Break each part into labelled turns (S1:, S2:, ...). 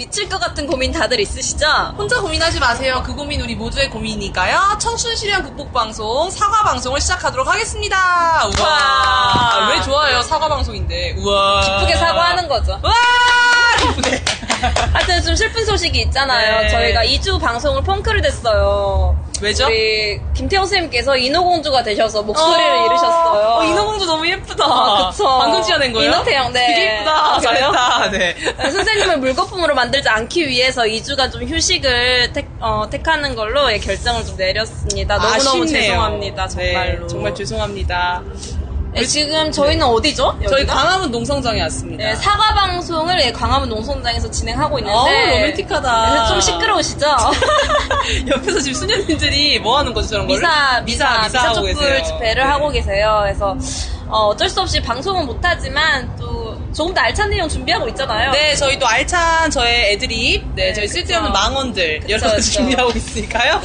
S1: 겹칠 것 같은 고민 다들 있으시죠?
S2: 혼자 고민하지 마세요. 그 고민 우리 모두의 고민이니까요. 청춘 실현 극복 방송 사과 방송을 시작하도록 하겠습니다. 우와.
S1: 우와. 네.
S2: 왜 좋아요? 사과 방송인데. 우와.
S1: 기쁘게 사과하는 거죠.
S2: 와 기쁘네.
S1: 하여튼 좀 슬픈 소식이 있잖아요.
S2: 네.
S1: 저희가 2주 방송을 펑크를 댔어요.
S2: 왜죠?
S1: 우리 김태형 선생님께서 인어공주가 되셔서 목소리를 잃으셨어요.
S2: 어, 인어공주 너무 예쁘다.
S1: 아, 그쵸.
S2: 방금 지어낸 거예요?
S1: 인어태양, 네.
S2: 되게 예쁘다.
S1: 아, 그래요?
S2: 잘했다. 네.
S1: 선생님을 물거품으로 만들지 않기 위해서 2주간 좀 휴식을 택, 어, 택하는 걸로 예, 결정을 좀 내렸습니다. 너무너무
S2: 아쉽네요.
S1: 죄송합니다. 정말로.
S2: 네, 정말 죄송합니다.
S1: 예, 지금 저희는 어디죠?
S2: 저희
S1: 여기가?
S2: 광화문 농성장에 왔습니다.
S1: 네, 사과 방송을 예, 광화문 농성장에서 진행하고 있는데
S2: 어우, 로맨틱하다.
S1: 그래서 좀 시끄러우시죠?
S2: 옆에서 지금 수녀님들이 뭐 하는 거죠, 저런 걸?
S1: 미사 미사 미사
S2: 하고
S1: 촛불
S2: 계세요.
S1: 집회를
S2: 네.
S1: 하고 계세요. 그래서 어, 쩔수 없이 방송은 못하지만 또 조금 더 알찬 내용 준비하고 있잖아요.
S2: 네, 저희 또 알찬 저의 애드립, 네,
S1: 네,
S2: 저희
S1: 그쵸.
S2: 쓸데없는 망언들
S1: 그쵸,
S2: 여러 가지
S1: 그쵸.
S2: 준비하고 있으니까요.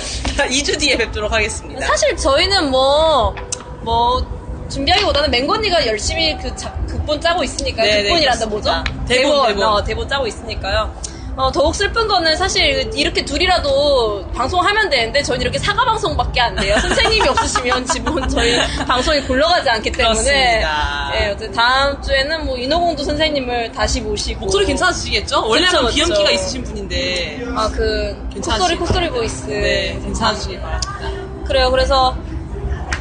S2: 2주 뒤에 뵙도록 하겠습니다.
S1: 사실 저희는 뭐, 뭐, 준비하기보다는 맹건이가 열심히 그 자- 극본 짜고 있으니까요.
S2: 네, 네,
S1: 극본이란다 뭐죠?
S2: 그렇습니다. 대본, 대본.
S1: 어, 대본 짜고 있으니까요. 어, 더욱 슬픈 거는 사실 이렇게 둘이라도 방송하면 되는데 저희는 이렇게 사과 방송밖에 안 돼요. 선생님이 없으시면 지금 저희 방송이 굴러가지 않기 때문에.
S2: 그렇습니다.
S1: 예, 어쨌든 다음 주에는 뭐 인어공주 선생님을 다시 모시고.
S2: 목소리 괜찮으시겠죠? 원래는
S1: 그쵸.
S2: 비염기가 있으신 분인데.
S1: 아, 그, 콧소리,
S2: 괜찮으실
S1: 콧소리 보이스.
S2: 네, 괜찮으시길 바랍니다.
S1: 그래요. 그래서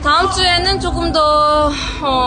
S1: 다음 주에는 조금 더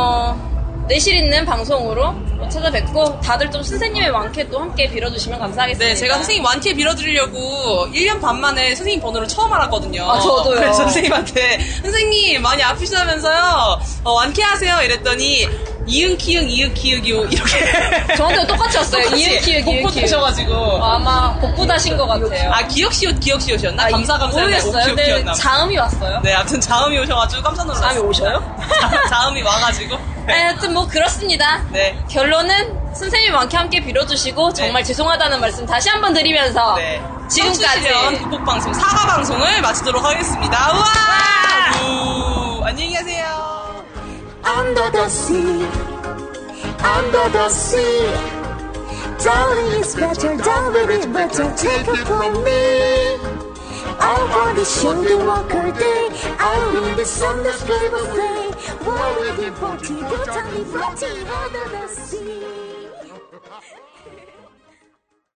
S1: 어, 내실 있는 방송으로 뭐 찾아뵙고 다들 좀 선생님의 완쾌도 함께 빌어주시면 감사하겠습니다.
S2: 네, 제가 선생님 완티에 빌어드리려고 1년 반 만에 선생님 번호를 처음 알았거든요.
S1: 아, 저도요.
S2: 그래서 선생님한테, 선생님, 많이 아프시다면서요? 어, 완쾌하세요? 이랬더니, 이응, 키응, 이응, 키응이요. 이렇게.
S1: 저한테도 똑같이 왔어요. 이응 기획 이응
S2: 복붙
S1: 기획.
S2: 되셔가지고.
S1: 아마 복붙하신 것 같아요.
S2: 아, 기억시옷, 기억시옷이었나? 감사, 감사.
S1: 아, 모르겠어요. 근데
S2: 오키오키였나?
S1: 자음이 왔어요.
S2: 네, 아무튼 자음이 오셔가지고 깜짝 놀랐어요.
S1: 자음이 오셔요?
S2: 자- 자음이 와가지고.
S1: 네, 하여튼 뭐 그렇습니다.
S2: 네.
S1: 결론은 선생님 완쾌 함께 빌어주시고 정말 죄송하다는 말씀 다시 한번 드리면서
S2: 네.
S1: 지금까지
S2: 청취실현 극복방송, 사과방송을 마치도록 하겠습니다. 우와! 우, 안녕히 가세요.
S3: Under the sea, under the sea. Darling, it's better, darling, it's better. Take it from me. I want to show you walk all day. I will the sun that's gave away. Why we devoted, totally floating under the sea.